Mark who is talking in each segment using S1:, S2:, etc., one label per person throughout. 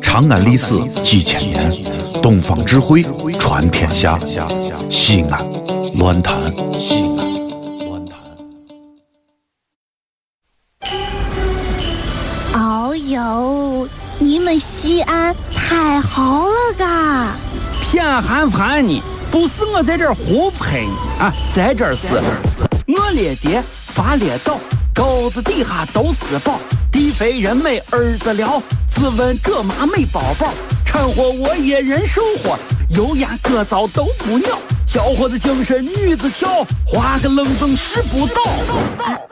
S1: 长安历史几千年，东方智慧传天下。西安，乱谈西安，乱谈。
S2: 哦呦，你们西安太好了嘎！
S3: 偏寒寒你，不是我在这儿胡喷你啊，在这儿是，我列爹发列倒，沟子底下都是宝，地肥人美儿子了，自问这妈没宝宝，掺和我也人生活，油盐各糟都不尿，小伙子精神女子俏，花个愣风使不倒。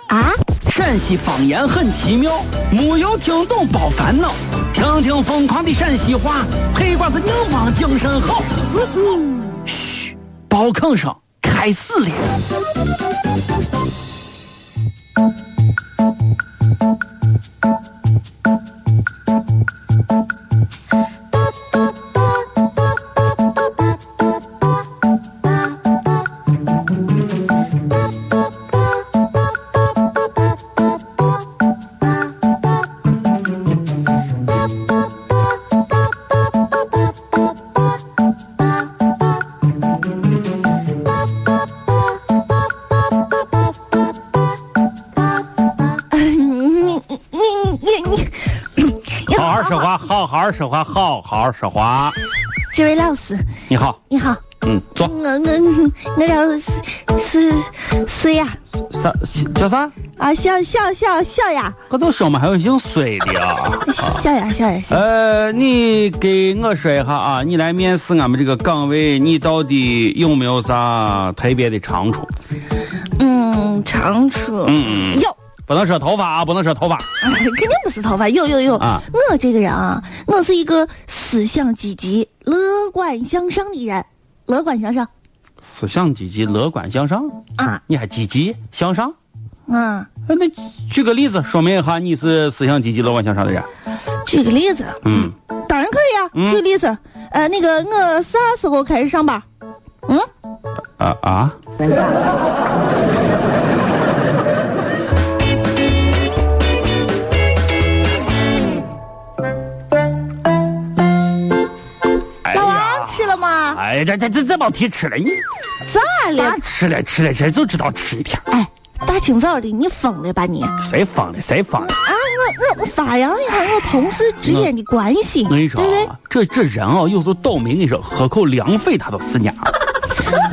S2: 啊，
S3: 陕西方言很奇妙，没有听懂别烦恼，听听疯狂的陕西话，黑瓜子硬邦精神好。嘘，包吭声开始了。
S2: 你你你你，你
S4: 好好说话，好好说话，好好说话。
S2: 这位老师，
S4: 你好，
S2: 你好，
S4: 嗯，坐。
S2: 我我我叫是是是呀，
S4: 啥叫啥？
S2: 啊，小小小小呀，
S4: 我都说嘛，还有姓孙的啊。
S2: 小呀小呀，小
S4: 呃，你给我说一下啊，你来面试我们这个岗位，你到底有没有啥特别的长处？
S2: 嗯，长处，
S4: 嗯
S2: 有。
S4: 不能说头发啊，不能说头发。
S2: 肯定不是头发，有有有！
S4: 啊
S2: 我这个人啊，我是一个思想积极、乐观向上的人，乐观向上
S4: 思想积极，乐观向上，
S2: 啊
S4: 你还积极向上？
S2: 啊！
S4: 哎那举个例子说明一下，你是思想积极、乐观向上的人。
S2: 举个例子，
S4: 嗯，
S2: 当然可以啊。举个例子，呃，那个我啥时候开始上班？嗯，
S4: 啊啊！哎
S2: 老
S4: 呀
S2: 王，吃了吗？
S4: 哎呀，这这这这帮提吃了，你
S2: 咋了
S4: 咋？吃了吃了吃了就知道吃一天，
S2: 哎，大清早的，你疯了吧你？啊，
S4: 谁疯了谁疯了？
S2: 我我我发扬一下我同事之间的关系，
S4: 我跟
S2: 对
S4: 你
S2: 不
S4: 说
S2: 对？
S4: 啊，这这人啊，有时候倒霉，你说喝口凉水他都是娘。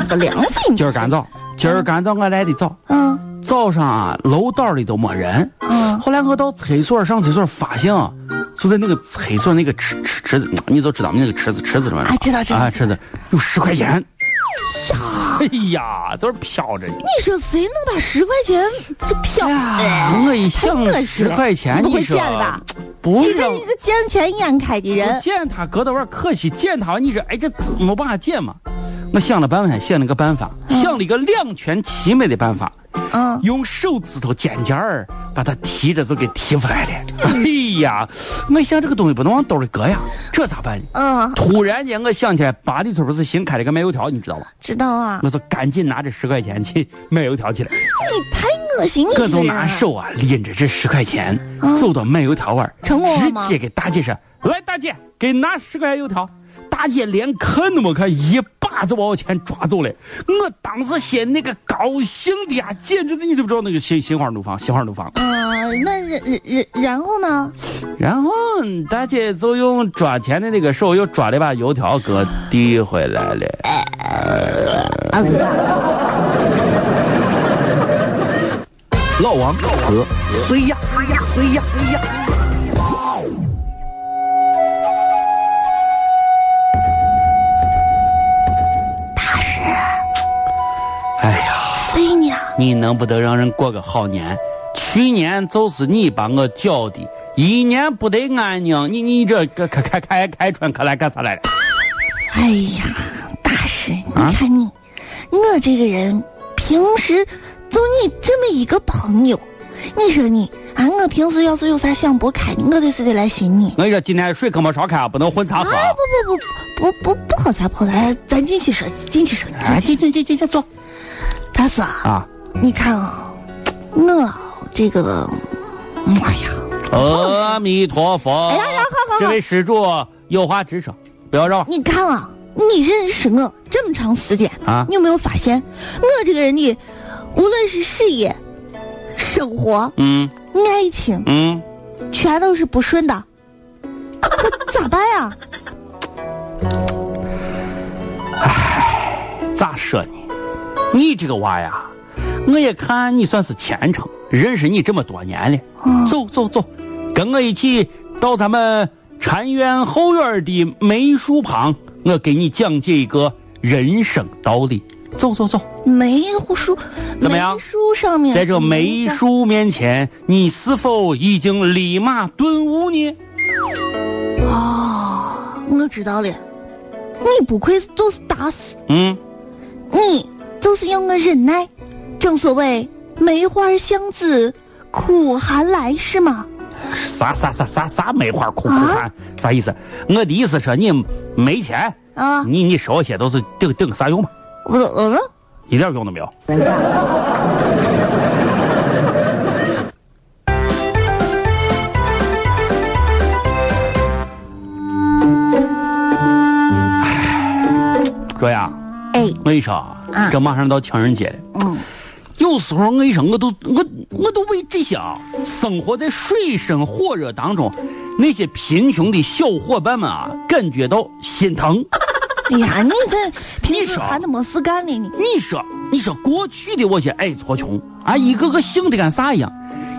S2: 不良费你
S4: 今儿干早，今儿干早我来的早，
S2: 嗯
S4: 早上啊楼道里都没人。
S2: 嗯，
S4: 后来我到厕所上厕所发现啊，就在那个厕所那个池池池子，你都知道那个池子池子什么？
S2: 啊知道知道
S4: 啊池子有十块钱。哎呀，就是飘着呢。
S2: 你说谁能把十块钱这飘？
S4: 哎我一想
S2: 太恶心
S4: 十
S2: 了
S4: 块钱，
S2: 你不会
S4: 你说
S2: 见了吧？
S4: 不
S2: 你
S4: 是
S2: 这一个见钱眼开的
S4: 我
S2: 人，
S4: 见他搁到玩儿可惜见他，你说哎这没办法见嘛。我想了半天，想了个办法，想了一个两全其美的办法，
S2: 嗯，
S4: 用手指头尖尖儿把它提着就给提出来了。 哎呀，我一想这个东西不能往兜里搁呀，这咋办？
S2: 嗯，
S4: 突然间，我想起来，八里村不是新开了个卖油条，你知道吧？
S2: 知道啊，
S4: 我说赶紧拿着十块钱去买油条去了。
S2: 你太恶心你这
S4: 我
S2: 个
S4: 就
S2: 人
S4: 拿
S2: 啊，
S4: 手啊拎着这十块钱，走到卖油条碗儿，
S2: 成功了吗
S4: 直接给大姐说：“来，大姐，给拿十块钱油条。”大姐连看都没看，一把就把我钱抓走了。我当时心那个高兴的呀，简直是你都不知道那个心心花怒放，心花怒放。
S2: 嗯，那然然然后呢？
S4: 然后大姐就用抓钱的那个手，又抓了一把油条给我递回来了。
S1: 老王和谁呀？谁呀？谁呀？
S4: 哎呀。
S2: 哎呀，
S4: 你能不能让人过个好年？去年就是你把我搅的，一年不得安宁。你你这个开开开开春可来干啥来了？
S2: 哎呀，大师，你看你，我这个人平时就你这么一个朋友，你说你啊，我平时要是有啥想不开的，我就是得来寻你。
S4: 我跟你说，今天水可没烧开啊，不能混茶喝啊。
S2: 哎，不不不不不不好咋不好咱咱进去说，啊进去说，
S4: 哎，进进进进进坐
S2: 大嫂。
S4: 啊！
S2: 你看啊，我这个，嗯哎呀，
S4: 阿弥陀佛，
S2: 哎呀呀好好好
S4: 这位施主，有话直说，不要绕。
S2: 你看啊，你认识我这么长时间
S4: 啊
S2: 你有没有发现我这个人的，无论是事业、生活、
S4: 嗯
S2: 爱情，
S4: 嗯，
S2: 全都是不顺的，我咋办呀？
S4: 咋说呢？你这个娃呀，我也看你算是虔诚，认识你这么多年了。走走走，跟我一起到咱们禅院后院的梅树旁，我给你讲解一个人生道理。走走走，
S2: 梅树
S4: 怎么样
S2: 梅树上面
S4: 在这
S2: 是
S4: 梅
S2: 的
S4: 树面前，你是否已经立马顿悟呢？
S2: 我知道了，你不愧就是打死，
S4: 嗯，
S2: 你就是要我忍耐。正所谓梅花香自苦寒来，是吗？
S4: 啥啥啥啥啥梅花苦苦寒，啥意思？我的意思说你没钱，
S2: 啊，
S4: 你你说这些都是顶顶啥用嘛？
S2: 我我
S4: 一点用都没有。哎卓呀，
S2: 哎
S4: 我跟你说啊
S2: 啊，
S4: 这马上到情人节了。
S2: 嗯，
S4: 有时候我跟你说，我都我我都为这些啊，生活在水深火热当中，那些贫穷的小伙伴们啊，感觉到心疼。
S2: 哎呀，你这平时
S4: 说
S2: 闲的没事干了你，
S4: 你说，你说过去的我些矮矬穷啊，一个个幸的跟啥一样，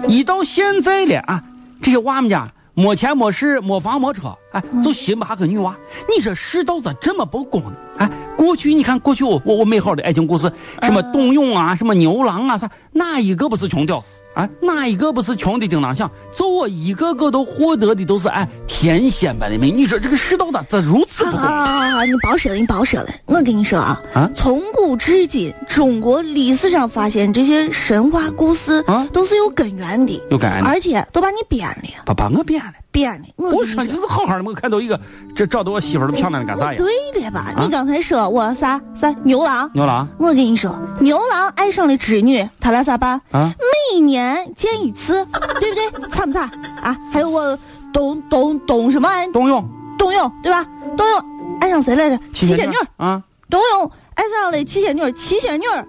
S4: 一到现在了啊，这些娃们家没钱没势没房没车，哎，就寻不下个女娃。你说世道咋这么不公呢？哎，过去你看过去我我我美好的爱情故事，什么董永啊，什么牛郎啊啥，哪一个不是穷屌丝啊？哪一个不是穷的叮当响？就我一个个都获得的都是哎天仙般的美。你说这个世道咋咋如此
S2: 啊
S4: 不公？
S2: 啊！你别说了，你别说了，我跟你说啊，
S4: 啊
S2: 从古至今，中国历史上发现这些神话故事
S4: 啊
S2: 都是有根源的，
S4: 有根源的
S2: 而且都把你编了，
S4: 把把我变了。
S2: 编了。我跟
S4: 我
S2: 你
S4: 说你是好好的，没看到一个这找到我媳妇儿都漂亮的干啥呀？
S2: 对了吧？
S4: 啊
S2: 你刚才说我啥啥牛郎，
S4: 牛郎
S2: 我跟你说，牛郎爱上了织女，他俩咋办？
S4: 啊，
S2: 每年见一次，对不对？惨不惨啊？还有我董董董什么啊
S4: 冬泳
S2: 董永对吧？董永爱上谁来着？七仙女儿。
S4: 啊，
S2: 董永爱上了七仙女儿，七仙女儿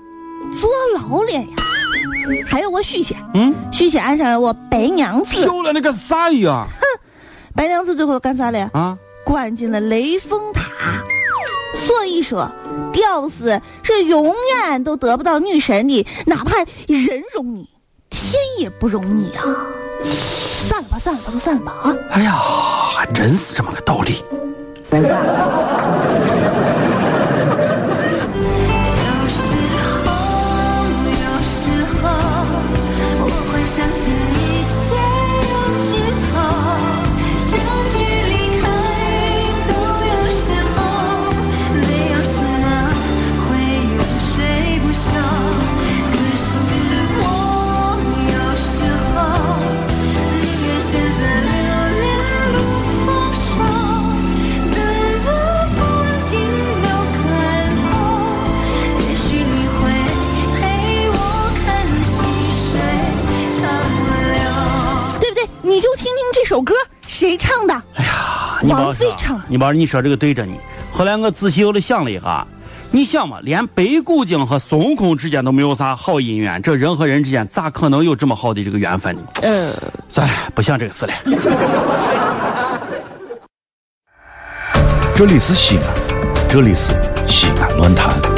S2: 坐牢了呀。还有我许仙，
S4: 嗯，
S2: 许仙爱上了我白娘子，
S4: 漂亮的个啥呀？
S2: 白娘子最后干啥了呀？
S4: 啊，
S2: 关进了雷峰塔。所以说，屌丝是永远都得不到女神的，哪怕人容你，天也不容你啊！散了吧，散了吧，都散了吧啊！
S4: 哎呀，还真是这么个道理。
S5: 有时候，有时候，我会相信一切有尽头，想去离开，都有时候，没有什么会永垂不朽。可是我有时候宁愿选择留恋不放手，等到风景都看透。也许你会陪我看细水长流。
S2: 对不对？你就听听这首歌，谁唱的？
S4: 啊你不
S2: 王
S4: 要
S2: 菲
S4: 说
S2: 唱的，
S4: 你不要你说这个对着你。后来我仔细又的想了一下，你想嘛，连白骨精和孙悟空之间都没有啥好姻缘，这人和人之间咋可能有这么好的这个缘分呢？
S2: 呃，
S4: 算了，不想这个事了。
S1: 这里是西安，这里是西安论坛。